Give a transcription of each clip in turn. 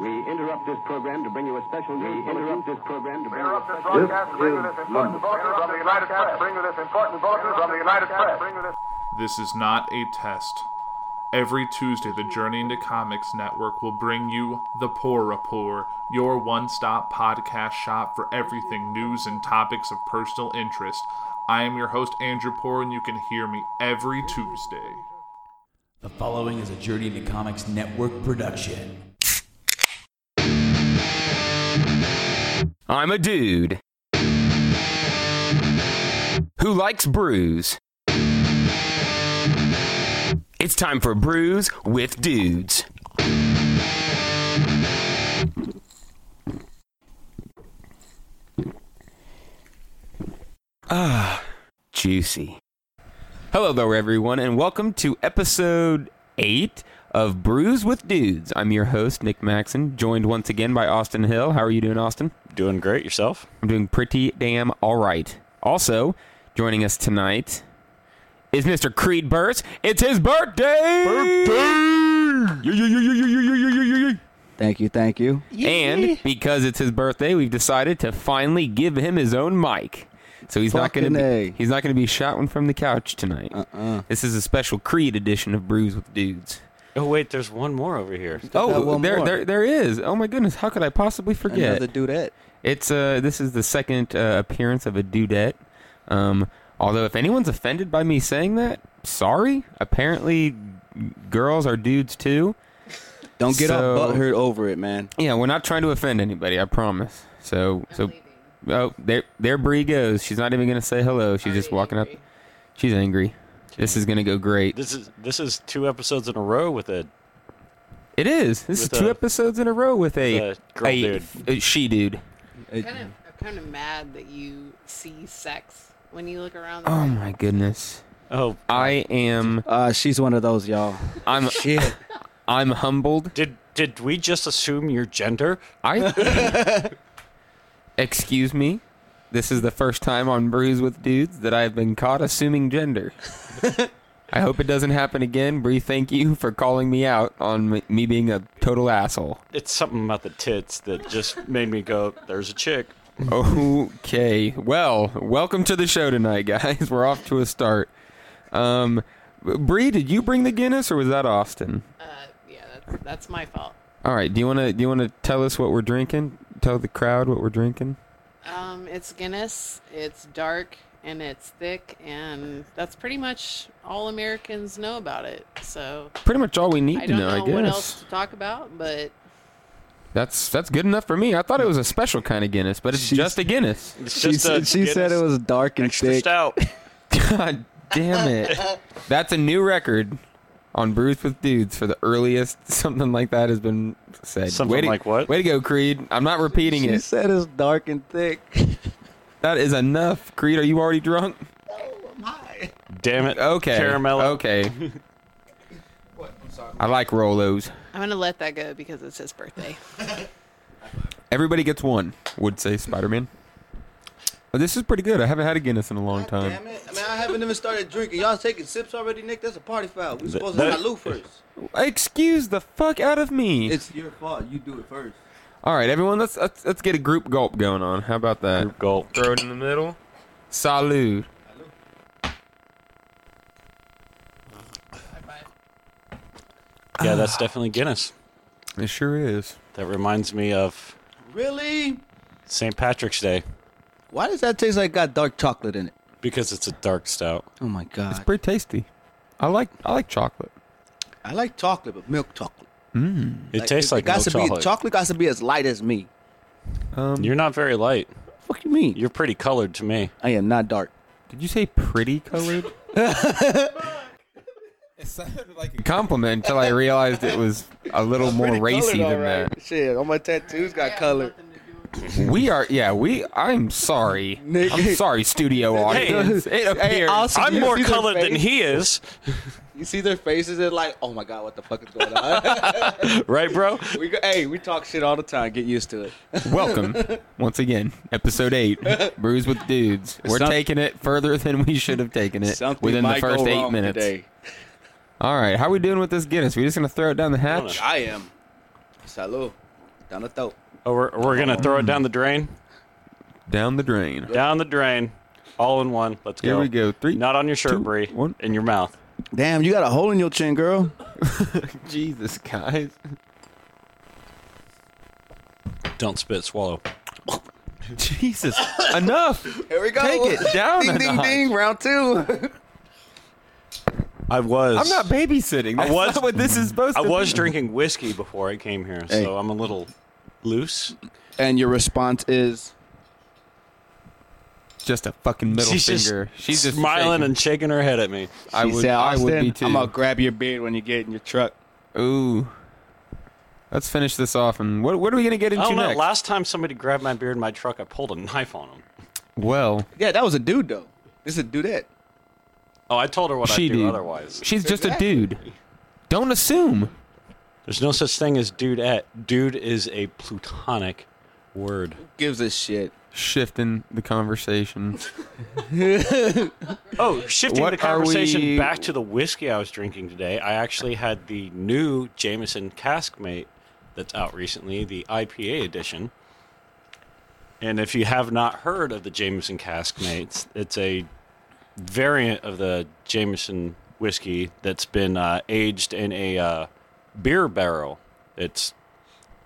We interrupt this program to bring you a special news. We interrupt this program to bring you a Interrupt this special. broadcast to bring you this important bulletin from the United Press. Bring you this important bulletin from the United Press. Bring you this This is not a test. Every Tuesday, the Journey into Comics Network will bring you The Poor Rapport, your one stop podcast shop for everything news and topics of personal interest. I am your host, Andrew Poor, and you can hear me every Tuesday. The following is a Journey to Comics Network production. I'm a dude who likes brews. It's time for Brews with Dudes. Ah, juicy. Hello there, everyone, and welcome to episode eight of Brews with Dudes. I'm your host, Nick Maxon, joined once again by Austin Hill. How are you doing, Austin? Doing great yourself? I'm doing pretty damn all right. Also, joining us tonight is Mr. Creed Burst. It's his birthday! Birthday! Thank you, thank you. And because it's his birthday, we've decided to finally give him his own mic. So he's not going Fucking A. to he's not going to be shouting from the couch tonight. Uh-uh. This is a special Creed edition of Brews with Dudes. Oh wait, there's one more over here. got Oh, one there, more. there there is. Oh my goodness, how could I possibly forget? Another dudette. It's uh, this is the second uh, appearance of a dudette. Um, although if anyone's offended by me saying that, sorry. Apparently, g- girls are dudes too. Don't get So- all butthurt over it, man. Yeah, we're not trying to offend anybody. I promise. So so, oh there there Bree goes. She's not even gonna say hello. She's just walking up. She's angry. This is gonna go great. This is this is two episodes in a row with a It is. This is With two a- episodes in a row with a, with a girl a- dude. a she dude. kind of, I'm kind of mad that you see sex when you look around. The Oh room. my goodness. Oh, I am. Uh, she's one of those, y'all. I'm. Shit. I'm humbled. did did we just assume your gender? I. Excuse me. This is the first time on Brews with Dudes that I've been caught assuming gender. I hope it doesn't happen again. Bree, thank you for calling me out on m- me being a total asshole. It's something about the tits that just made me go, there's a chick. Okay. Well, welcome to the show tonight, guys. We're off to a start. Um, Bree, did you bring the Guinness or was that Austin? Uh, yeah, that's, that's my fault. All right. Do you want to do you want to tell us what we're drinking? Tell the crowd what we're drinking. Um, it's Guinness. It's dark and it's thick, and that's pretty much all Americans know about it. So Pretty much all we need I to don't know, know, I guess. what else to talk about, but That's that's good enough for me. I thought it was a special kind of Guinness, but it's She's- just a Guinness. It's She, just a said- she said it Guinness was dark and extra thick. stout. God damn it. That's a new record on Brews with Dudes for the earliest something like that has been said. Something Way to- like what? Way to go, Creed. I'm not repeating She it. said it's dark and thick. That is enough. Creed, are you already drunk? Damn it. Okay. Caramel. Okay. I like Rolos. I'm gonna let that go because it's his birthday. Everybody gets one, would say Spider Man. This is pretty good. I haven't had a Guinness in a long time. Damn it. I mean, I haven't even started drinking. Y'all taking sips already, Nick? That's a party foul. We supposed that- to salute first. Excuse the fuck out of me. It's your fault. You do it first. All right, everyone, let's let's, let's get a group gulp going on. How about that? Group gulp. Throw it in the middle. Salud. Yeah, that's definitely Guinness. It sure is. That reminds me of Really? St. Patrick's Day Why does that taste like it got dark chocolate in it? because it's a dark stout. Oh my god. Pretty tasty. I like I like chocolate. I like chocolate, but milk chocolate. It tastes like it got milk to chocolate. Be, chocolate got to be as light as me. You're not very light. Fuck you mean? You're pretty colored to me. I am not dark. Did you say pretty colored? it sounded like a compliment until I realized it was a little more racy than Shit, all my tattoos got color. that. We are yeah, we I'm sorry. Nick- I'm sorry, studio audience. it appears Austin, I'm you more see their colored than face? he is, You see their faces? They're like, oh my god, what the fuck is going on? right, bro? we go, hey, we talk shit all the time. Get used to it. Welcome once again, episode eight, Brews with Dudes. We're Some- taking it further than we should have taken it Something within the might go first eight wrong minutes. today. All right, how we doing with this Guinness? We just gonna throw it down the hatch? I am. Salud. Down the throat. Oh, we're, we're going to throw it down the drain? Down the drain. Down the drain. All in one. Let's go. Here we go. Three, Not on your shirt, two, Bree. one. In your mouth. Damn, you got a hole in your chin, girl. Jesus, guys. Don't spit, swallow. Jesus. Enough. Here we go. Take it down. a ding, ding, notch. ding. Round two. I was. I'm not babysitting. That's was- not what this is supposed I to was be. drinking whiskey before I came here, Hey. so I'm a little loose. And your response is Just a fucking middle She's just finger. She's just smiling shaking. and shaking her head at me. I she would. said, I would be too. "Austin, I'm gonna grab your beard when you get in your truck. Ooh. Let's finish this off. And what, what are we going to get I into don't know. next? Last time somebody grabbed my beard in my truck, I pulled a knife on him. well, Yeah, that was a dude though. This is a dudette. Oh, I told her what she I do dude. otherwise. She's just a dude. Don't assume. There's no such thing as dude at. Dude is a plutonic word. Gives a shit. Shifting the conversation. Oh, shifting What are the conversation we- back to the whiskey I was drinking today, I actually had the new Jameson Caskmate that's out recently, the IPA edition. And if you have not heard of the Jameson Caskmates, it's a variant of the Jameson whiskey that's been uh, aged in a uh, beer barrel. It's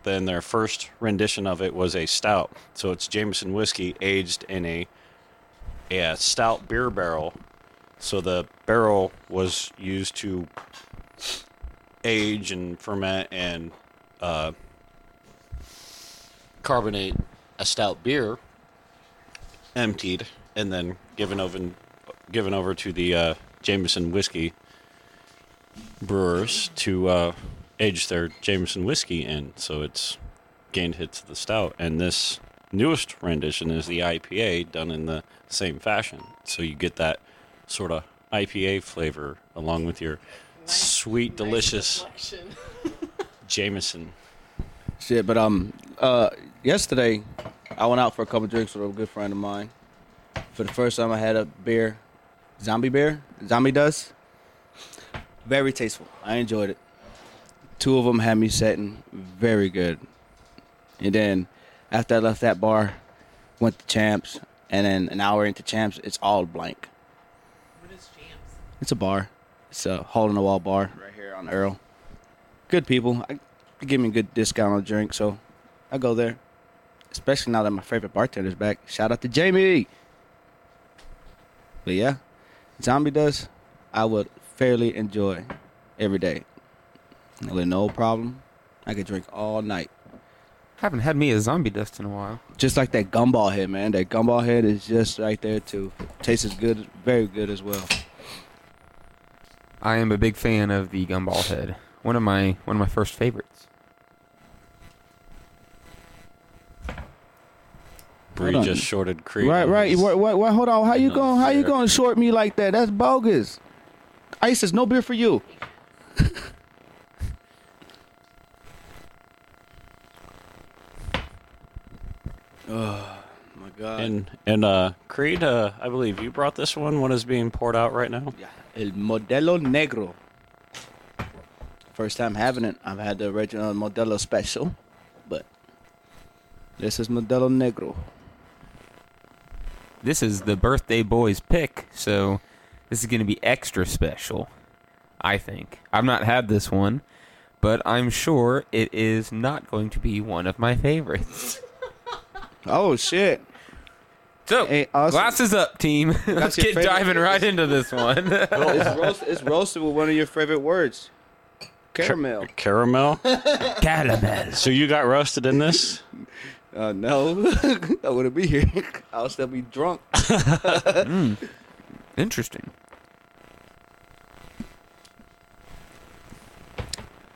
then their first rendition of it was a stout, so it's Jameson whiskey aged in a a stout beer barrel. So the barrel was used to age and ferment and uh, carbonate a stout beer, emptied, and then given over given over to the uh, Jameson whiskey brewers to uh, age their Jameson whiskey in. So it's gained hits of the stout. And this newest rendition is the IPA done in the same fashion. So you get that sort of IPA flavor along with your sweet, delicious Reflection. Jameson. Shit, but um, uh, yesterday I went out for a couple drinks with a good friend of mine. For the first time, I had a beer, zombie beer, zombie dust. Very tasteful. I enjoyed it. Two of them had me setting very good. And then after I left that bar, went to Champs, and then an hour into Champs, it's all blank. What is jams? It's a bar. It's a hole in the wall bar right here on Earl. Good people. I, they give me a good discount on a drink, so I go there. Especially now that my favorite bartender's back. Shout out to Jamie. But yeah, zombie dust. I would fairly enjoy every day. With no problem, I could drink all night. Haven't had me a zombie dust in a while. Just like that gumball head, man. That gumball head is just right there too. Tastes as good, very good as well. I am a big fan of the gumball head. One of my one of my first favorites. Bree Hold on. just shorted Creed. Right, on right. his- What, what, what, hold on. How you No going? How you fair. going to short me like that? That's bogus. ISIS, no beer for you. oh my god. And and uh, Creed, uh, I believe you brought this one. What is being poured out right now? Yeah, El Modelo Negro. First time having it. I've had the original Modelo Special, but this is Modelo Negro. This is the birthday boy's pick, so this is going to be extra special, I think. I've not had this one, but I'm sure it is not going to be one of my favorites. Oh shit. So, Hey, Austin. glasses up, team. Let's your get favorite- diving right into this one. It's roast, it's roasted with one of your favorite words. Caramel. Caramel. Calamel. so you got roasted in this? Uh, no, I wouldn't be here. I'll still be drunk. Interesting.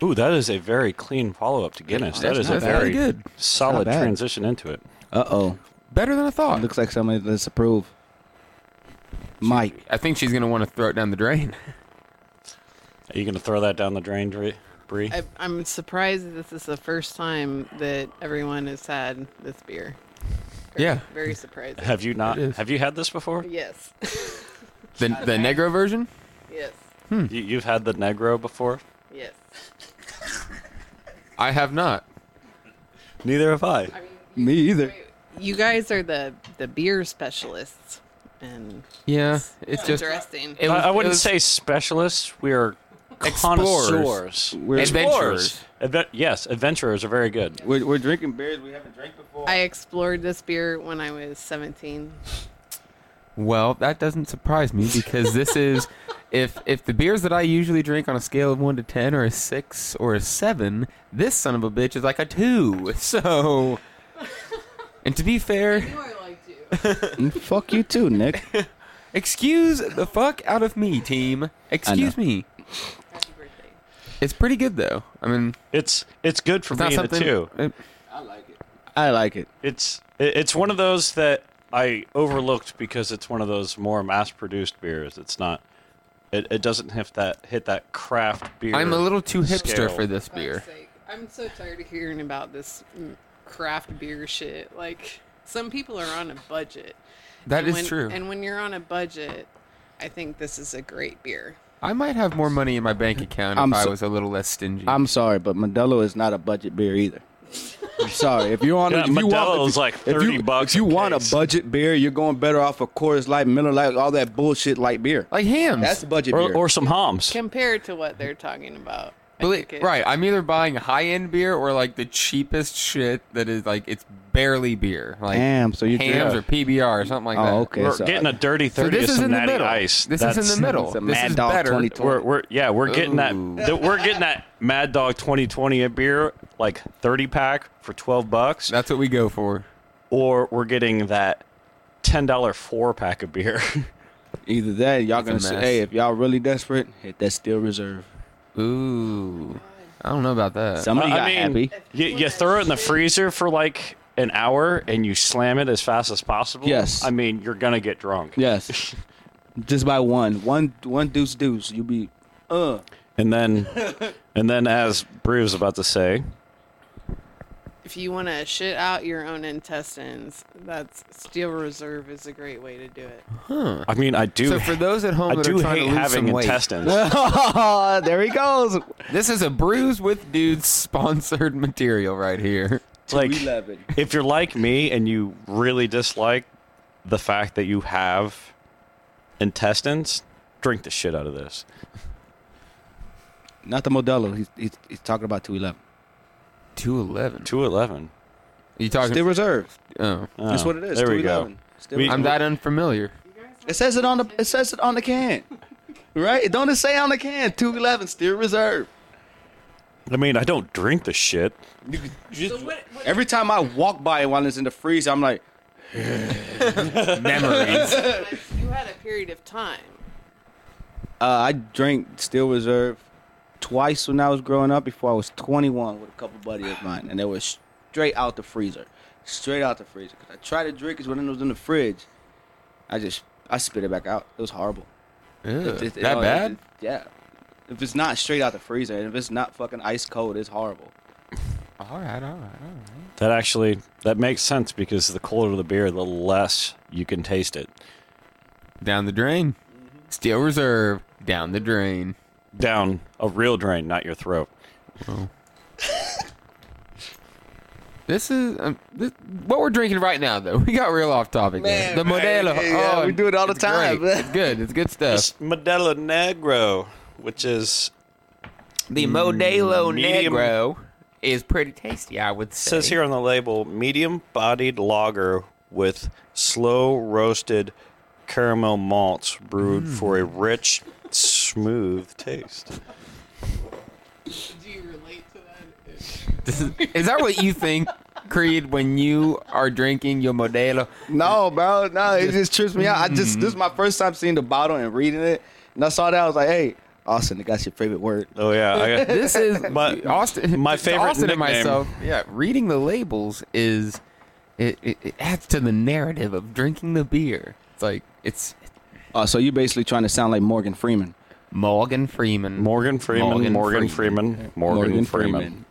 Ooh, that is a very clean follow up to Guinness. That is a That's very very good. solid Not bad. transition into it. Uh oh. Better than I thought. Looks like somebody that's approved. Mike. I think she's going to want to throw it down the drain. Are you going to throw that down the drain, Bree? Bree? I, I'm surprised that this is the first time that everyone has had this beer. yeah. Very surprising. Have you not? It is. Have you had this before? yes. The, the Negro version? yes. Hmm. You, you've had the Negro before. Yes. I have not. Neither have I. I mean, Me either. you guys are the the beer specialists, and Yeah, it's just interesting. it I, was- I it wouldn't was- say specialists. We are Explorers. connoisseurs. We're explorers. adventurers. Adve- yes, adventurers are very good. We're, we're drinking beers we haven't drank before. I explored this beer when I was 17. Well, that doesn't surprise me because this is if if the beers that I usually drink on a scale of one to ten are a six or a seven, this son of a bitch is like a two. So, and to be fair, I liked you. Fuck you too, Nick. excuse the fuck out of me, team. Excuse me. Happy birthday. It's pretty good though. I mean, It's it's good for it's not being a something. two. it- I like it. It's it- it's one of those that I overlooked because it's one of those more mass-produced beers. It's not. It, it doesn't hit that hit that craft beer. I'm a little too hipster Scale. for this Fuck's beer. sake. I'm so tired of hearing about this mm, craft beer shit. Like, some people are on a budget. That and is when- true. And when you're on a budget, I think this is a great beer. I might have more money in my bank account if I'm I so- was a little less stingy. I'm sorry, but Modelo is not a budget beer either. I'm sorry. If you're on, Yeah, if you want, Modelo's if you- like if 30 you, bucks If you a want case. a budget beer, you're going better off a Coors Light, Miller Light, all that bullshit light beer. like hams. That's budget or, beer. or some homs. Compared to what they're talking about. I Believe, think it- right, I'm either buying high end beer or like the cheapest shit that is like it's barely beer, like Damn, so you hams or PBR or something like that. Oh, okay. We're so- getting a dirty So thirty this of is some in the natty middle. ice. This That's- is in the middle. It's a This Mad is Dog better. 2020. We're, we're yeah we're getting Ooh. that th- we're getting that Mad Dog 2020 a beer like 30 pack for 12 bucks That's what we go for. or we're getting that ten dollar four pack of beer. Either that, or y'all gonna It's a say, mess. hey, if y'all really desperate, hit that steel reserve. Ooh, I don't know about that. Somebody I got happy. mean, you, you throw it in the freezer for like an hour and you slam it as fast as possible. Yes. I mean you're gonna get drunk. Yes. Just by one, one, one deuce, deuce, you be. Uh, And then and then as Brew was about to say, If you want to shit out your own intestines, that's Steel Reserve is a great way to do it. I mean I do so for those at home I that do are trying hate to lose having some weight, intestines. there he goes. this is a brews with dudes sponsored material right here. It's like We love it. if you're like me and you really dislike the fact that you have intestines, drink the shit out of this. Not the Modelo. He's, he's, he's talking about 211. Two eleven. Two eleven. You talking? Steel reserve. oh. That's what it is. There we go. 211. Steel We- I'm that unfamiliar. It says it on the it says it on the can. Right? Don't it say on the can? Two eleven, still reserve. I mean, I don't drink the shit. Every time I walk by it while it's in the freezer, I'm like, Memories. you had a period of time. uh, I drank Steel Reserve twice when I was growing up before I was 21 with a couple buddies of mine, and they were straight out the freezer, straight out the freezer. 'Cause I tried to drink it when it was in the fridge. I just I spit it back out. It was horrible. Uh, Ugh, It- it- that it- bad? yeah. If it's not straight out the freezer, and if it's not fucking ice cold, it's horrible. All right, all right, all right. That actually that makes sense because the colder the beer, the less you can taste it. Down the drain. Steel reserve. Down the drain. Down a real drain, not your throat. This is um, this, what we're drinking right now, though. We got real off topic. there. The Modelo. yeah, oh, we do it all the it's time. great. It's good. It's good stuff. It's Modelo Negro, which is The Modelo Medium- Negro is pretty tasty, I would say. says here on the label medium bodied lager with slow roasted caramel malts brewed for a rich smooth taste Do you relate to that? is that what you think, Creed, when you are drinking your Modelo? No, bro. No, it just trips me out. I just this is my first time seeing the bottle and reading it, and I saw that I was like, "Hey, Austin, it got your favorite word." oh yeah I got, This is My- Austin. my to favorite Austin and nickname. myself. Yeah, reading the labels is it, it, it adds to the narrative of drinking the beer. It's like it's Oh, so you're basically trying to sound like Morgan Freeman. Morgan Freeman. morgan freeman morgan, Morgan freeman, morgan, freeman.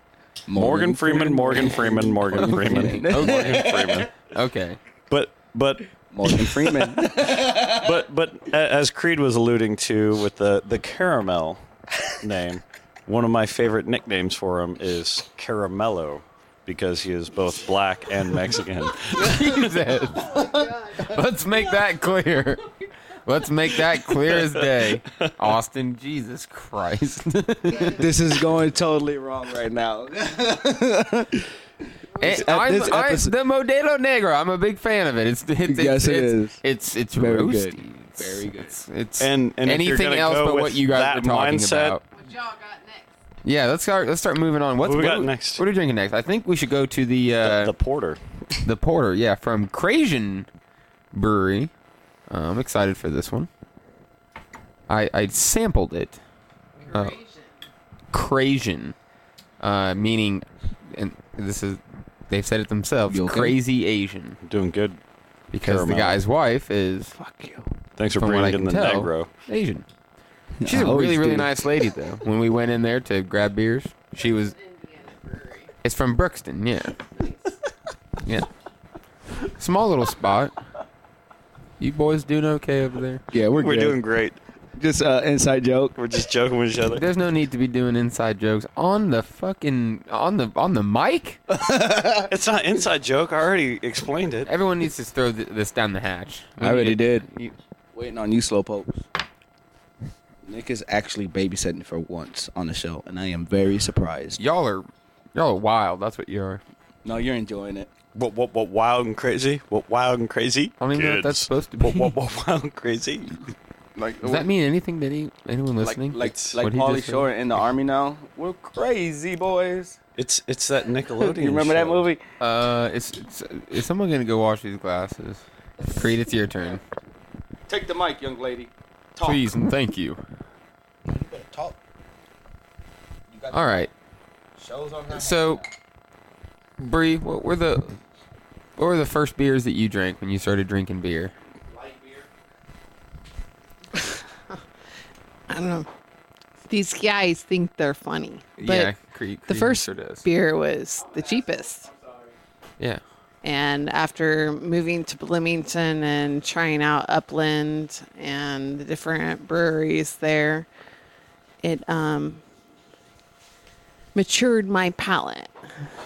morgan freeman morgan freeman morgan freeman Oh, Morgan- freeman okay. but but Morgan Freeman. but but a- as creed was alluding to with the the caramel name one of my favorite nicknames for him is caramello because he is both black and Mexican. Jesus. Let's make that clear. Let's make that clear as day. Austin, Jesus Christ. This is going totally wrong right now. Eh, at I'm, this I'm- episode- the Modelo Negro. I'm a big fan of it. It's it's it's Yes, it it's, is. it's it's Very good. roasty. It's- Very good. It's, it's And- and if you're anything gonna else go but with what you guys that were talking mindset- about. What y'all got next? Yeah, let's start. Let's start moving on. What's What we what got are next? What are we drinking next? I think we should go to the uh, the porter. the, porter. Yeah, from Crasian Brewery. Uh, I'm excited for this one. I I sampled it. Oh. Crasian, uh, meaning, and this is they've said it themselves. You okay? Crazy Asian. Doing good. because Caramel. the guy's wife is Thanks for from what I bringing in can the tell Negro. Asian. She's I a always really really do. nice lady though. When we went in there to grab beers, she was. Indiana Brewery. It's from Brookston, yeah, yeah. Small little spot. You boys doing okay over there? Yeah, we're, We're good. doing great. just uh, inside joke. We're just joking with each other. There's no need to be doing inside jokes on the fucking on the on the mic. It's not inside joke. I already explained it. Everyone needs to throw th- this down the hatch. I already did. You- Waiting on you, slowpokes. Nick is actually babysitting for once on the show, and I am very surprised. y'all are y'all are wild. That's what you are. No, you're enjoying it. What, what, what, wild and crazy? What, wild and crazy? I don't even know what that's Kids. supposed to be. What, what, what, wild and crazy? Like Does that mean anything to any, anyone like listening? like It's like what he Pauly just said. Shore in the army now? We're crazy boys. It's it's that Nickelodeon. You remember that show. movie? Uh, is, is, is someone gonna go wash these glasses? Creed, it's your turn. Take the mic, young lady. Talk. Please and thank you. Talk. You got All right. shows on So, Bree, what were the what were the first beers that you drank when you started drinking beer? I don't know. These guys think they're funny. But Creed. the Creed first sure does. beer was the cheapest. Yeah. And after moving to Bloomington and trying out Upland and the different breweries there, it um, matured my palate.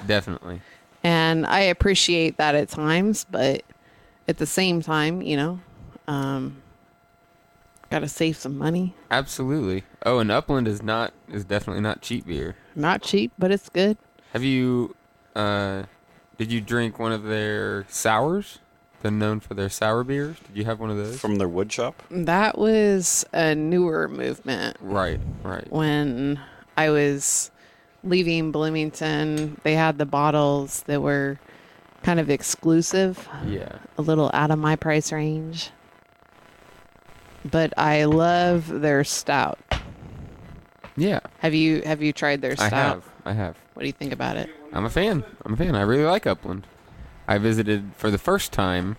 Definitely. And I appreciate that at times, but at the same time, you know, um, got to save some money. Absolutely. Oh, and Upland is not is definitely not cheap beer. Not cheap, but it's good. Have you uh did you drink one of their sours? They're known for their sour beers. Did you have one of those? From their wood shop? That was a newer movement. right, right. when I was leaving Bloomington, they had the bottles that were kind of exclusive, Yeah. a little out of my price range. But I love their stout. Yeah. Have you have you tried their I stout? have. I have. What do you think about it? I'm a fan. I'm a fan. I really like Upland. I visited for the first time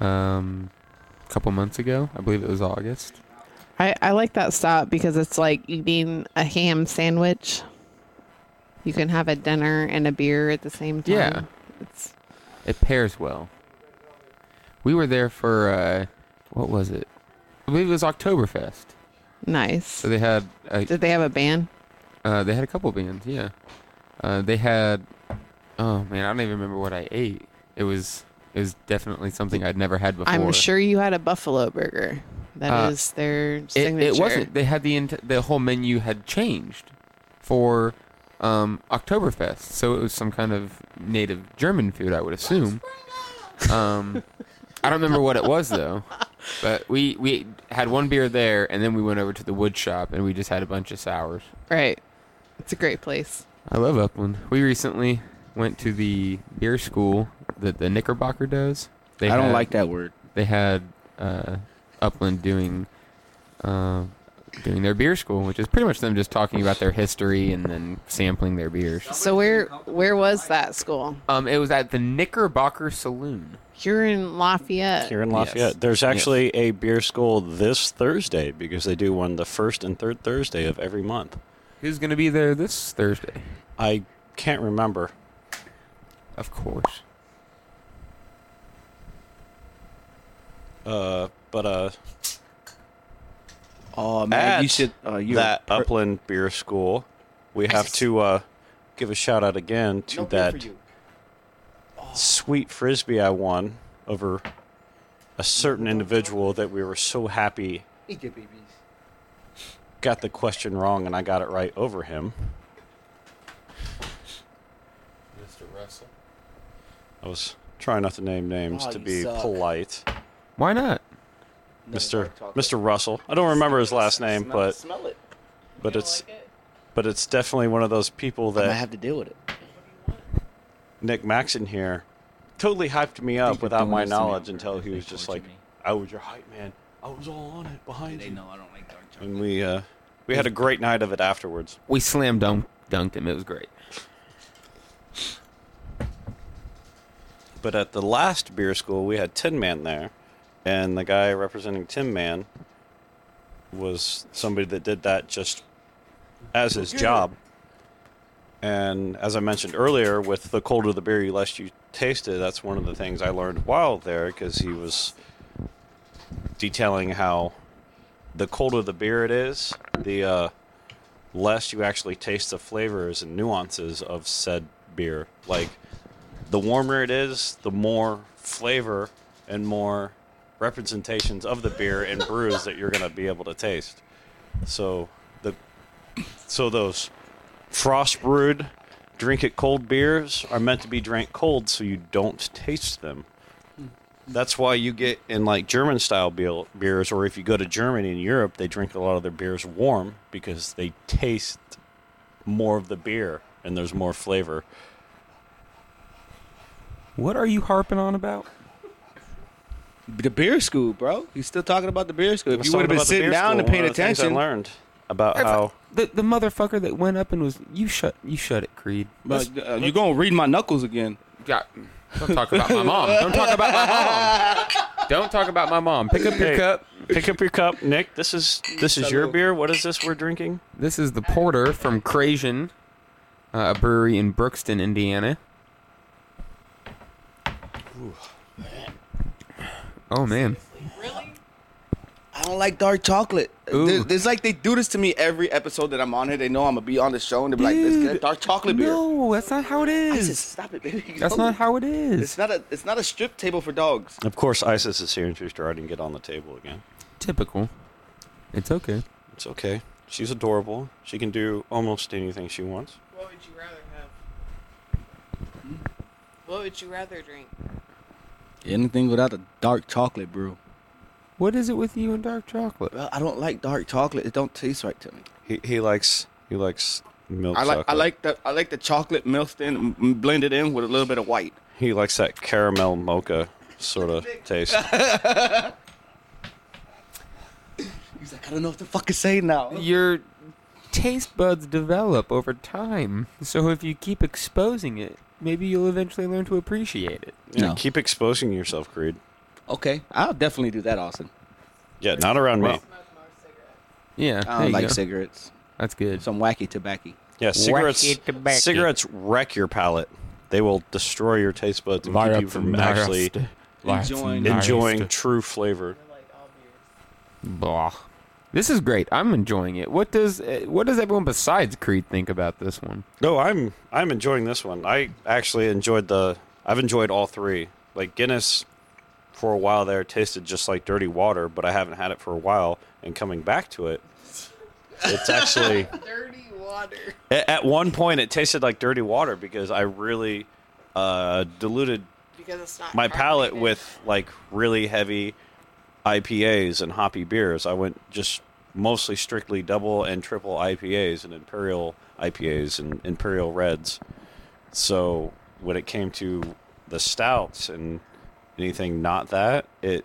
um, a couple months ago. I believe it was August. I, I like that stout because it's like eating a ham sandwich. You can have a dinner and a beer at the same time. Yeah. It's It pairs well. We were there for, uh, what was it? I believe it was Oktoberfest. nice. So they had a, Did they have a band? uh, they had a couple bands, yeah. Uh, they had, oh man, I don't even remember what I ate. It was it was definitely something I'd never had before. I'm sure you had a buffalo burger. That Uh, is their it, signature. it wasn't. They had the ent- the whole menu had changed for um, Oktoberfest, so it was some kind of native German food, I would assume. Um, I don't remember what it was though, but we we had one beer there, and then we went over to the wood shop, and we just had a bunch of sours. right. It's a great place. I love Upland. We recently went to the beer school that the Knickerbocker does. They I don't had- like that word. they had uh, Upland doing uh, doing their beer school, which is pretty much them just talking about their history and then sampling their beers. So where where was that school? Um, it was at the Knickerbocker Saloon. You're in Lafayette. Here in Lafayette. There's actually a beer school this Thursday because they do one the first and third Thursday of every month. Who's gonna be there this Thursday? I can't remember. Of course. Uh, but uh, Oh man, at Oh, you should. Uh, you that Upland Beer School, we have to uh, give a shout out again to No beer for that you. sweet frisbee I won over a certain individual that we were so happy Eat your babies. got the question wrong and I got it right over him. Mr. Russell. I was trying not to name names Oh, to you be suck. polite. Why not? Mr. Mr. Russell. I don't remember his last name, Smell, but smell it. but it's but it's definitely one of those people I that have to deal with it. Nick Maxon here totally hyped me up they're without doing my this to me on knowledge until purpose. he They was just like, torture me. "I was your hype man. I was all on it behind They you." know I don't like dark chocolate. And we uh, we had a great night of it afterwards. We slam dunk dunked him. It was great. But at the last beer school, we had Tin Man there, and the guy representing Tin Man was somebody that did that just as his job. And as I mentioned earlier, with the colder the beer, you less you taste it. That's one of the things I learned while there because he was detailing how the colder the beer it is, the uh, less you actually taste the flavors and nuances of said beer. Like the warmer it is, the more flavor and more representations of the beer and brews that you're going to be able to taste. So the so those frost brewed drink it cold beers are meant to be drank cold so you don't taste them. That's why you get in like German style beer, beers or if you go to Germany in Europe they drink a lot of their beers warm because they taste more of the beer and there's more flavor. What are you harping on about? The beer school, bro. He's still talking about the beer school. If was you would talking have been about the sitting beer down school, and paying one of the things attention, I learned about how The the motherfucker that went up and was you shut you shut it, Creed. but uh, you're gonna read my knuckles again. God, don't talk about my mom. Don't talk about my mom. Don't talk about my mom. Pick up your Hey. cup. pick up your cup, Nick. This is this is your beer. What is this we're drinking? This is the porter from Crazion, uh, a brewery in Brookston, Indiana. Oh man, I don't like dark chocolate. Ooh. Th- It's like they do this to me every episode that I'm on here. They know I'm gonna be on the show and they're like, "Let's get a dark chocolate beer." no, that's not how it I is. said, stop it, baby. That's not how it is. It's not a. It's not a strip table for dogs. Of course, Isis is here, and she's starting to get on the table again. Typical. It's okay. It's okay. She's adorable. She can do almost anything she wants. What would you rather have? Hmm? What would you rather drink? Anything without a dark chocolate, bro. What is it with you and dark chocolate? Bro, I don't like dark chocolate. It don't taste right to me. He he likes he likes milk. I like. I chocolate. like the. I like the chocolate mixed in, m- blended in with a little bit of white. He likes that caramel mocha sort of taste. He's like, I don't know what the fuck to say now. Your taste buds develop over time, so if you keep exposing it, maybe you'll eventually learn to appreciate it. Yeah, No. Keep exposing yourself, Creed. Okay, I'll definitely do that, Austin. Yeah, not around me. Yeah, Um, I there don't you like go. cigarettes. That's good. Some wacky tobacco. Yeah, cigarettes. Wacky tobacco. Cigarettes wreck your palate. They will destroy your taste buds and keep you from actually Enjoying- enjoying true flavor. Blah. This is great. I'm enjoying it. What does uh, what does everyone besides Creed think about this one? No, I'm I'm enjoying this one. I actually enjoyed the. I've enjoyed all three. Like Guinness, for a while there, tasted just like dirty water, but I haven't had it for a while. And coming back to it, it's actually Dirty water. a- at one point it tasted like dirty water because I really uh, diluted Because it's not my palate carbonated. with like really heavy IPAs and hoppy beers. I went just mostly strictly double and triple IPAs and imperial IPAs and imperial reds. So when it came to the stouts and anything not that, it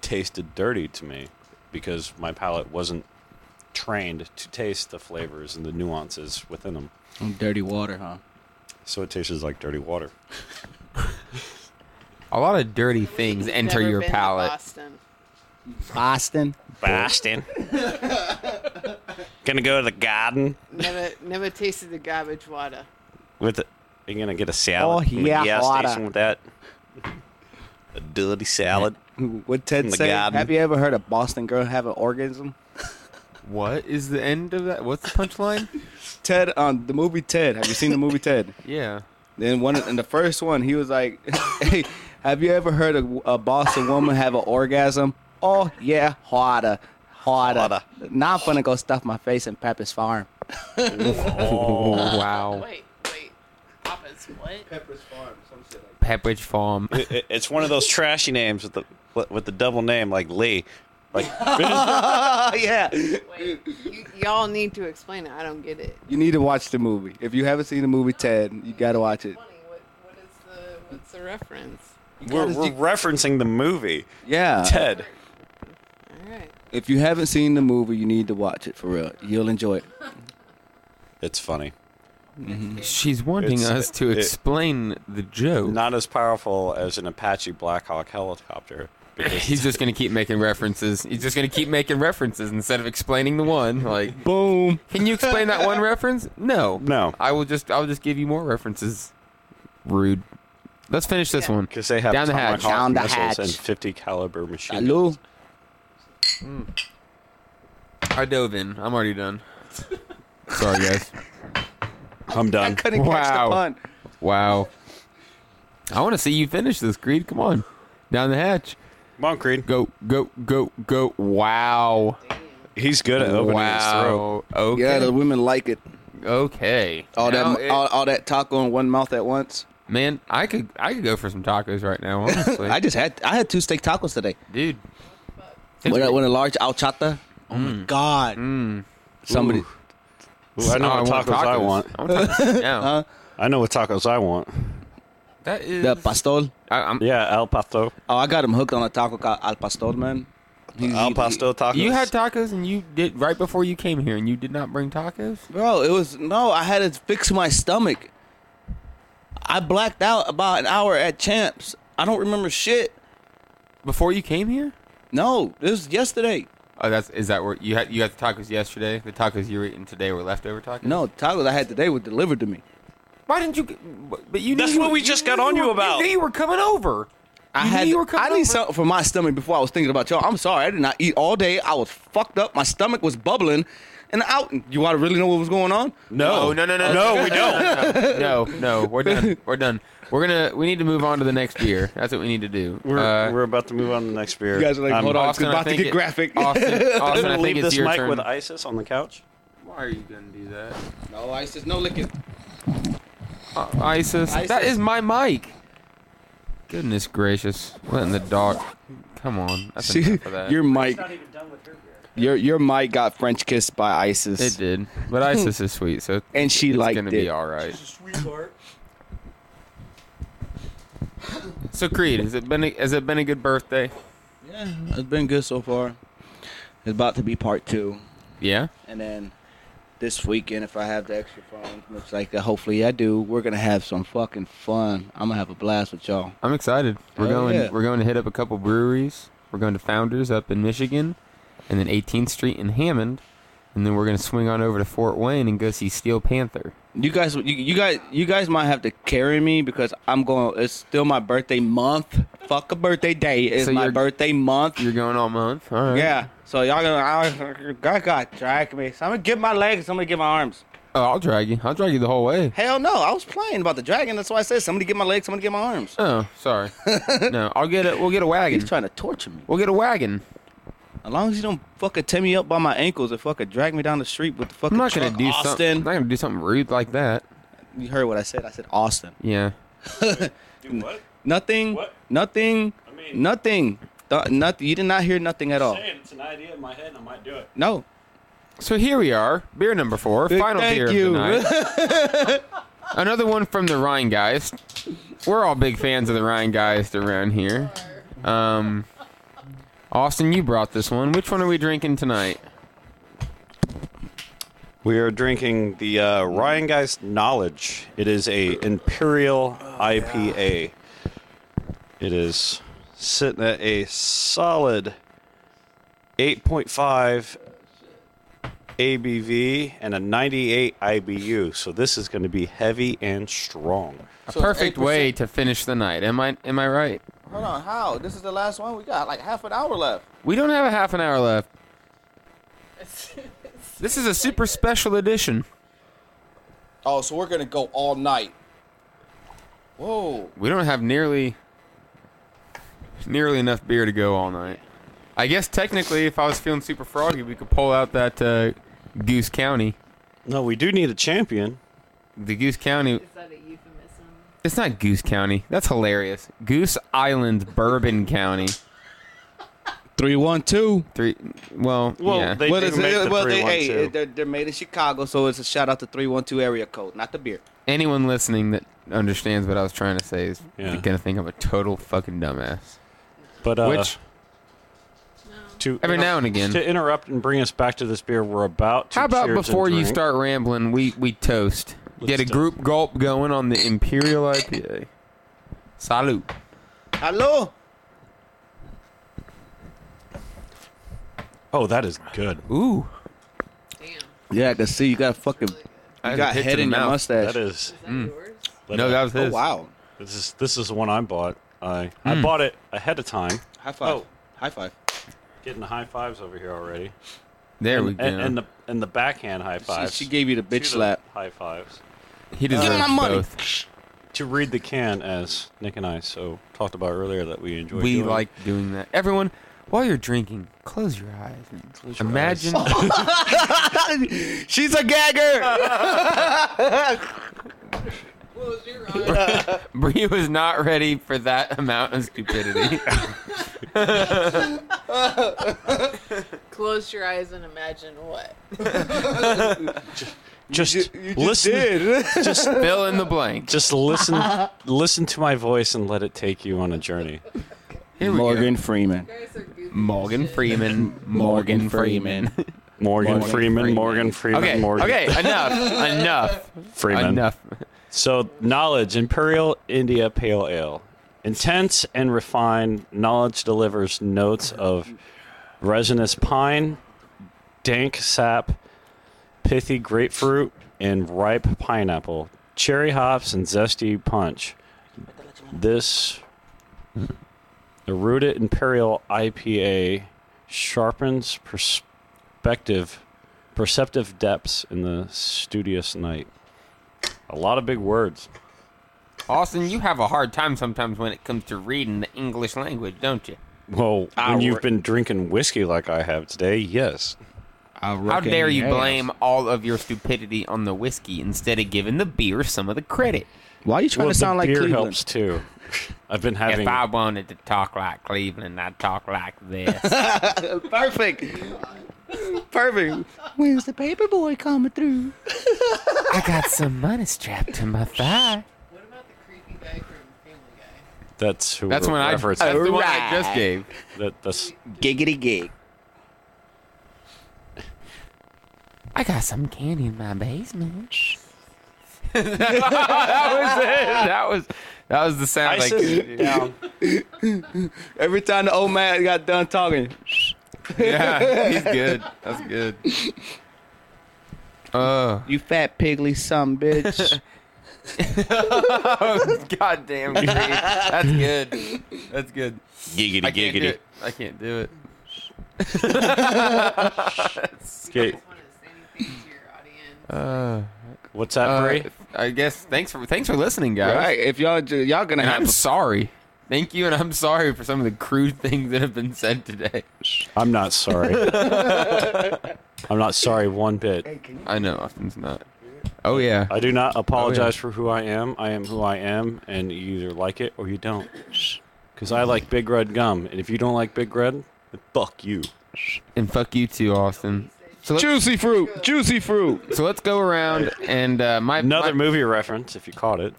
tasted dirty to me because my palate wasn't trained to taste the flavors and the nuances within them. Dirty water, huh? So it tastes like dirty water. A lot of dirty things enter Never your been to palate. Boston. Austin. Boston. gonna go to the garden Never, never tasted the garbage water. with it. You're gonna get a salad. Oh, from the yeah, gas water. station with that. A dirty salad. What Ted In the said. garden. Have you ever heard a Boston girl have an orgasm? What is the end of that? What's the punchline? Ted on the movie Ted. Have you seen the movie Ted? yeah. Then one in the first one, he was like, "Hey, have you ever heard a, a Boston woman have an orgasm? Oh yeah, harder, harder. Now I'm gonna go stuff my face in Pepper's Farm. Oh wow. Wait, wait. Papa's what? Pepper's Farm, some shit like Pepperidge Farm. It- it- it's one of those trashy names with the with the double name like Lee. Like Oh yeah. Wait. You, y'all need to explain it. I don't get it. You need to watch the movie. If you haven't seen the movie Ted, you gotta watch it. Funny. What, what is the, what's the reference? we're, we're referencing the movie Uh, Yeah. Ted. All right. If you haven't seen the movie, you need to watch it for real. You'll enjoy it. It's funny. She's wanting It's- us to it- explain the joke. Not as powerful as an Apache Blackhawk helicopter. Because He's just gonna keep making references. He's just gonna keep making references instead of explaining the one. Like, Boom. can you explain that one reference? No. No. I will just. I will just give you more references. Rude. Let's finish this one. because they have Down the Tomahawk hatch. Down the missiles hatch. and 50 caliber machines. Hello. I dove in. I'm already done. Sorry, guys. I'm done. Couldn't catch Wow. the pun. Wow. I want to see you finish this, Creed. Come on. Down the hatch. Come on, Creed. Go, go, go, go. Wow. He's good at opening his throat. wow. Okay. Yeah, the women like it. okay. All Now that, it- all, all that taco in one mouth at once. man, I could I could go for some tacos right now, honestly. I just had I had two steak tacos today. Dude. With a, with a large alchata. Oh my god. Mm. Somebody. Ooh, I know Oh, what tacos, I want. I want tacos. Yeah. I know what tacos I want. that is. The pastor. I, I'm, Yeah, al pastor. Oh, I got him hooked on a taco called al pastor, man. He's- Al he- pastor tacos. you had tacos and you did right before you came here, and you did not bring tacos. Bro, it was no. I had to fix my stomach. I blacked out about an hour at Champs. I don't remember shit. Before you came here? No, this was yesterday. Oh, that's is that where you had you had the tacos yesterday? The tacos you were eating today were leftover tacos. No, tacos I had today were delivered to me. Why didn't you? get- But but you. That's knew what you- we just knew got on you were- about. You knew you were coming over. I You had. Knew you were I coming need over. something for my stomach before I was thinking about y'all. I'm sorry, I did not eat all day. I was fucked up. My stomach was bubbling, and out. You want to really know what was going on? No, Oh, no, no, no, no, we don't. No, no, we're done. We're done. We're gonna. We need to move on to the next beer. That's what we need to do. We're, Uh, we're about to move on to the next beer. You guys are like, I'm- hold on, it's Austin, I about to think get it- graphic. Austin, I'm Austin I gonna think leave it's this your mic turn. with ISIS on the couch. Why are you gonna do that? No, I said no licking. Uh, ISIS. That ISIS. is my mic. Goodness gracious! Letting the dog. Come on. That's See, enough of that. your mic, your your mic got French kissed by ISIS, It did, but ISIS is sweet, so and she it's liked gonna it. be all right. So Creed, has it been a, has it been a good birthday? Yeah, it's been good so far. It's about to be part two, Yeah. and then this weekend, if I have the extra phone, which like uh, hopefully I do, we're gonna have some fucking fun. I'm gonna have a blast with y'all. I'm excited. We're Hell going. yeah. We're going to hit up a couple breweries. We're going to Founders up in Michigan, and then 18th Street in Hammond, and then we're going to swing on over to Fort Wayne and go see Steel Panther. You guys, you, you guys, you guys might have to carry me because I'm going. It's still my birthday month. Fuck a birthday day. It's So my you're- birthday month. You're going all month. All right. Yeah. So y'all gonna, I, God, God, drag me. So I'm gonna get my legs. Somebody get my arms. Oh, I'll drag you. I'll drag you the whole way. Hell no. I was playing about the dragon. That's why I said somebody get my legs. Somebody get my arms. Oh, sorry. no, I'll get it. We'll get a wagon. He's trying to torture me. We'll get a wagon. As long as you don't fucking tear me up by my ankles and fucking drag me down the street with the fucking I'm not truck, gonna do something. Austin. I'm not gonna do something rude like that. You heard what I said. I said Austin. Yeah. Do what? Nothing. What? Nothing. I mean- nothing. Th- nothing. You did not hear nothing at all. it's an idea in my head and I might do it. No. So here we are, beer number four, final Uh, thank beer you. of the night. Another one from the Rheingeist. We're all big fans of the Rheingeist around here. Um, Austin, you brought this one. Which one are we drinking tonight? We are drinking the uh, Rheingeist Knowledge. It is a Imperial IPA. It is sitting at a solid 8.5 ABV and a 98 IBU. So this is going to be heavy and strong. A perfect way to finish the night. Am I am I right? Hold on. How? This is the last one. We got like half an hour left. We don't have a half an hour left. This is a super special edition. Oh, so we're gonna go all night. Whoa. We don't have nearly nearly enough beer to go all night. I guess technically, if I was feeling super froggy, we could pull out that uh, Goose County. No, we do need a champion. The Goose County. that a euphemism? It's not Goose County. That's hilarious. Goose Island, Bourbon County. Three one two. Three. Well, Well, yeah. they What did is make it? the uh, Well, they, hey, 312. it- they're, they're made in Chicago, so it's a shout out to 312 area code, not the beer. Anyone listening that understands what I was trying to say is Yeah. gonna think I'm a total fucking dumbass. But uh, Which- to Every now and again. to interrupt and bring us back to this beer we're about. To How about cheers and before you drink. start rambling, we we toast. Let's Get a toast. group gulp going on the Imperial IPA. Salute. Hello. Oh, that is good. Ooh. Damn. Yeah, I can see you got a fucking you I got head in your mustache. That is. Is that yours? No, that was oh his. wow. This is this is the one I bought. I I bought it ahead of time. High five. Oh. High five. Getting the high fives over here already. There we And, go. and, and the and the backhand high She, fives. she gave you the bitch Two to slap. High fives. he deserves my money. both. To read the can, as Nick and I so talked about earlier, that we enjoy. we doing. like doing that. Everyone, while you're drinking, close your eyes and your imagine. She's a gagger. Bree was not ready for that amount of stupidity. Close your eyes and imagine what? just you just listen. did. Fill in the blank. Just listen. listen to my voice and let it take you on a journey. Here we go. Morgan Freeman. You guys are goofy. Morgan Freeman. Morgan Freeman. Morgan, Freeman, Morgan Freeman. okay. Morgan Okay. Enough. Enough. Freeman. Enough. So, knowledge, Imperial India Pale Ale. Intense and refined, knowledge delivers notes of resinous pine, dank sap, pithy grapefruit, and ripe pineapple, cherry hops, and zesty punch. This eroded Imperial IPA sharpens perspective, perceptive depths in the studious night. A lot of big words. Austin, you have a hard time sometimes when it comes to reading the English language, don't you? Well, when re- you've been drinking whiskey like I have today, yes. How dare you blame all of your stupidity on the whiskey instead of giving the beer some of the credit? Why are you trying Well, to sound the like beer Cleveland? helps too. I've been having. If I wanted to talk like Cleveland, I'd talk like this. Perfect. Perfect. Where's the paper boy coming through? I got some money strapped to my thigh. What about the creepy guy from Family Guy? that's who. That's re- when I. reference- the one I just gave. that, that's Giggity gig. I got some candy in my basement. that was it. That was that was the sound. Like, ISIS down. Every time the old man got done talking, yeah, he's good. That's good. Uh, you fat pigly some bitch. goddamn, Green. that's good. That's good. Giggity I can't do it. I can't do it. You guys want to say Okay, anything to your audience? Uh, what's that, uh, Bray? I guess thanks for thanks for listening, guys. All right, if y'all y'all gonna And have I'm sorry. Thank you, and I'm sorry for some of the crude things that have been said today. I'm not sorry. I'm not sorry one bit. I know Austin's not. Oh yeah, I do not apologize for who I am. I am who I am, and you either like it or you don't. Because I like Big Red gum, and if you don't like Big Red, then fuck you. and fuck you too, Austin. So let's, Juicy fruit. Juicy fruit. so let's go around and uh, my Another my, movie reference, if you caught it.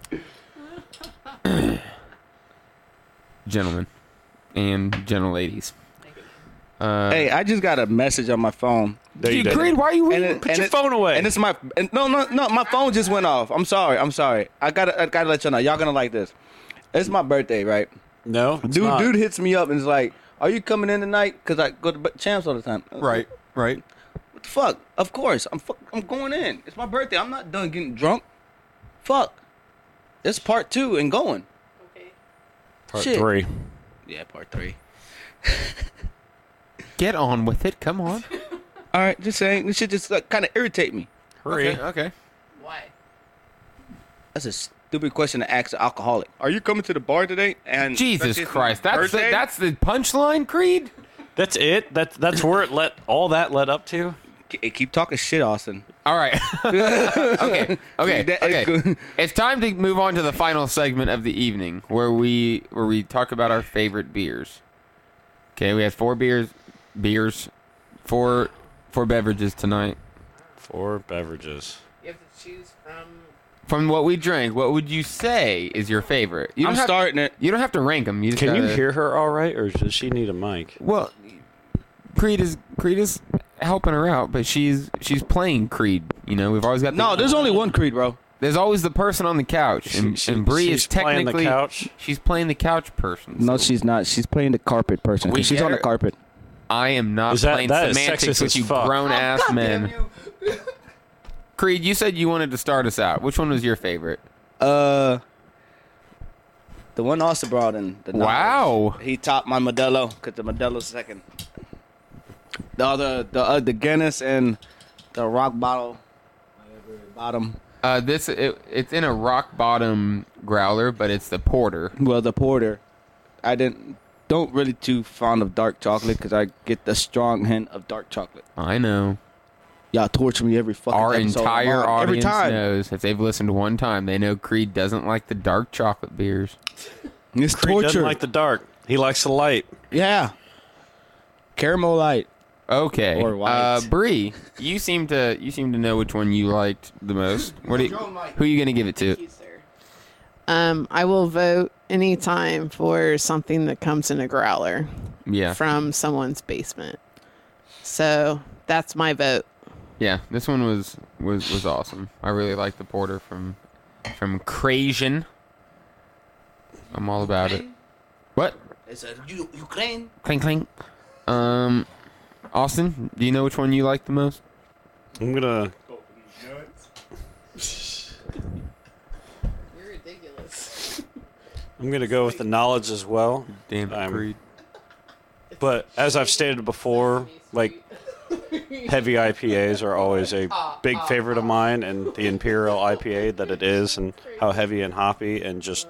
gentlemen and gentle ladies. Hey, I just got a message on my phone. There you Dude, go. Creed, why are you And waiting? it- Put and your it- phone away. And it's my and no no no my phone just went off. I'm sorry. I'm sorry. I gotta I gotta let y'all know. Y'all gonna like this. It's my birthday, right? No, it's Dude not. dude hits me up and is like, "Are you coming in tonight?" Because I go to b- champs all the time. I was like, right. What the fuck? Of course. I'm fuck, I'm going in. It's my birthday. I'm not done getting drunk. Fuck. It's part two and going. Okay. Part Shit. three. Yeah, part three. Get on with it. Come on. All right, just saying. This shit just like, kind of irritate me. Hurry. Okay, okay. Why? That's a stupid question to ask an alcoholic. Are you coming to the bar today? And Jesus especially if it's Christ, that's the, Thursday? that's the punchline, Creed. That's it. That that's where it let all that led up to. K- keep talking shit, Austin. All right. okay. Okay. That is okay. good. It's time to move on to the final segment of the evening, where we where we talk about our favorite beers. Okay, we had four beers, beers, four four beverages tonight. Four beverages. You have to choose from. From what we drank, what would you say is your favorite? You don't I'm have, starting it. You don't have to rank them. You just Can you gotta- hear her all right, or does she need a mic? Well, Creed is Creed is helping her out, but she's she's playing Creed. You know, we've always got the- No, there's only one Creed, bro. There's always the person on the couch, and, She- she- and Bree she's is playing the technically couch? she's playing the couch person. No, so she's not. She's playing the carpet person. 'cause We She's get on the her. carpet. I am not Is that- playing that is semantics sexist with as you fuck. grown ass men. Creed, you said you wanted to start us out. Which one was your favorite? Uh, the one Austin brought in. The knowledge. Wow. He topped my Modelo because the Modelo's second. The other, the uh, the Guinness and the rock bottle, whatever, bottom. Uh, this it, it's in a rock bottom growler, but it's the porter. Well, the porter. I didn't. Don't really too fond of dark chocolate because I get the strong hint of dark chocolate. I know. Y'all torture me every fucking Our episode I'm entire on, audience every time. knows if they've listened one time, they know Creed doesn't like the dark chocolate beers. It's Creed torture. doesn't like the dark. He likes the light. yeah, caramel light. Okay. Or white. Uh, Bree, you seem to you seem to know which one you liked the most. What do you, who are you gonna give it to? Thank you, sir. Um, I will vote anytime for something that comes in a growler Yeah. from someone's basement. So that's my vote. Yeah, this one was was was awesome. I really like the porter from from Crasian. I'm all about it. What? It's a U- Ukraine. Clink clink. Um, Austin, do you know which one you like the most? I'm gonna. You're ridiculous. I'm gonna go with the knowledge as well. Damn Um, Creed. But as I've stated before, like heavy IPAs are always a big favorite of mine, and the Imperial IPA that it is, and how heavy and hoppy and just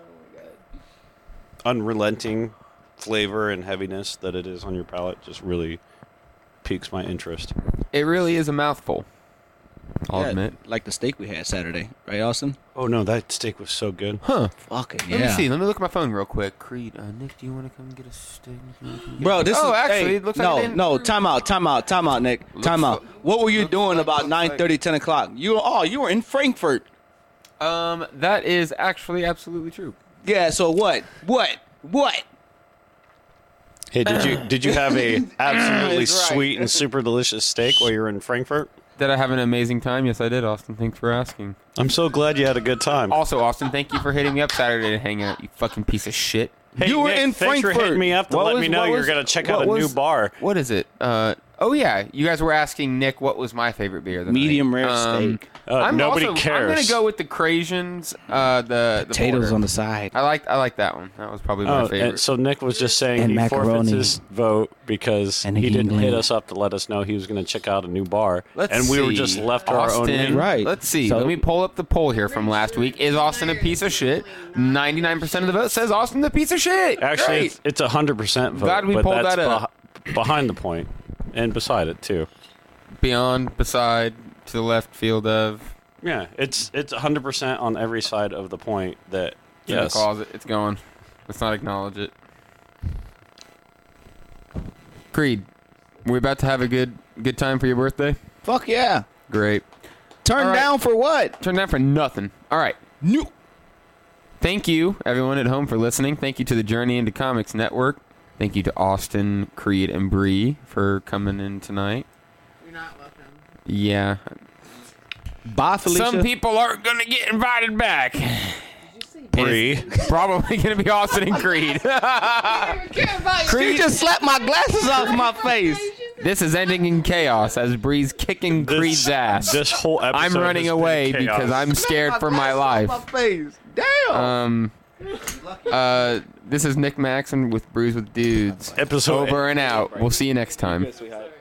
unrelenting flavor and heaviness that it is on your palate just really piques my interest. It really is a mouthful. I'll Yeah, admit. Like the steak we had Saturday, right, Austin? Oh no, that steak was so good. Fucking Let me see. Let me look at my phone real quick. Creed, uh, Nick, do you want to come get a steak? Bro, this Oh, is actually, hey, it looks like no, it didn't- no. Time out, time out, time out, Nick. time like- out. What were you looks doing like- about looks 9, 10 o'clock? You oh, you were in Frankfurt. Um, that is actually absolutely true. Yeah. So what? What? What? Hey, did you did you have a absolutely He's right. sweet and super delicious steak while you were in Frankfurt? Did I have an amazing time? Yes, I did, Austin. Thanks for asking. I'm so glad you had a good time. Also, Austin, thank you for hitting me up Saturday to hang out. You fucking piece of shit. Hey, You were Nick, in thanks for hitting Frankfurt. me up to let was- me know what you're was- gonna check what out a new was- bar. What is it? Uh, oh yeah, you guys were asking Nick what was my favorite beer. of the night. Um, Medium rare steak. Uh, nobody also- cares. I'm gonna go with the Crasians. Uh, the the Potatoes porter. on the side. I liked I liked that one. That was probably my Oh, favorite. and so Nick was just saying And he forfeits macaroni. his vote because And he didn't hit England. us up to let us know he was going to check out a new bar, Let's and we were see. just left to our own. Austin, end. Right. Let's see. So- Let me pull up the poll here from last week. Is Austin a piece of shit? Ninety-nine percent of the vote says Austin the piece of shit. Actually, Great. it's, it's a hundred percent vote. Glad we but pulled that's that up. beh- behind the point and beside it too. beyond, beside, to the left field of. Yeah, it's it's hundred percent on every side of the point that It's in the yes, closet. It's gone. Let's not acknowledge it. Creed, we about to have a good good time for your birthday. Fuck yeah! Great. Turn All right. down for what? Turn down for nothing. All right. New. Thank you, everyone at home, for listening. Thank you to the Journey into Comics Network. Thank you to Austin, Creed, and Bree for coming in tonight. You're not welcome. Yeah. Bye, Felicia. Some people aren't going to get invited back. Bree. Probably going to be Austin and Creed. I don't care about you. you just slapped my glasses off my face. this is ending in chaos as Bree's kicking This- Creed's ass. This whole episode. I'm running has been away chaos. because I'm scared for my Glasses life. off My face. Damn. Um, uh, this is Nick Maxon with Brews with Dudes. episode Over and out. We'll see you next time. sweetheart.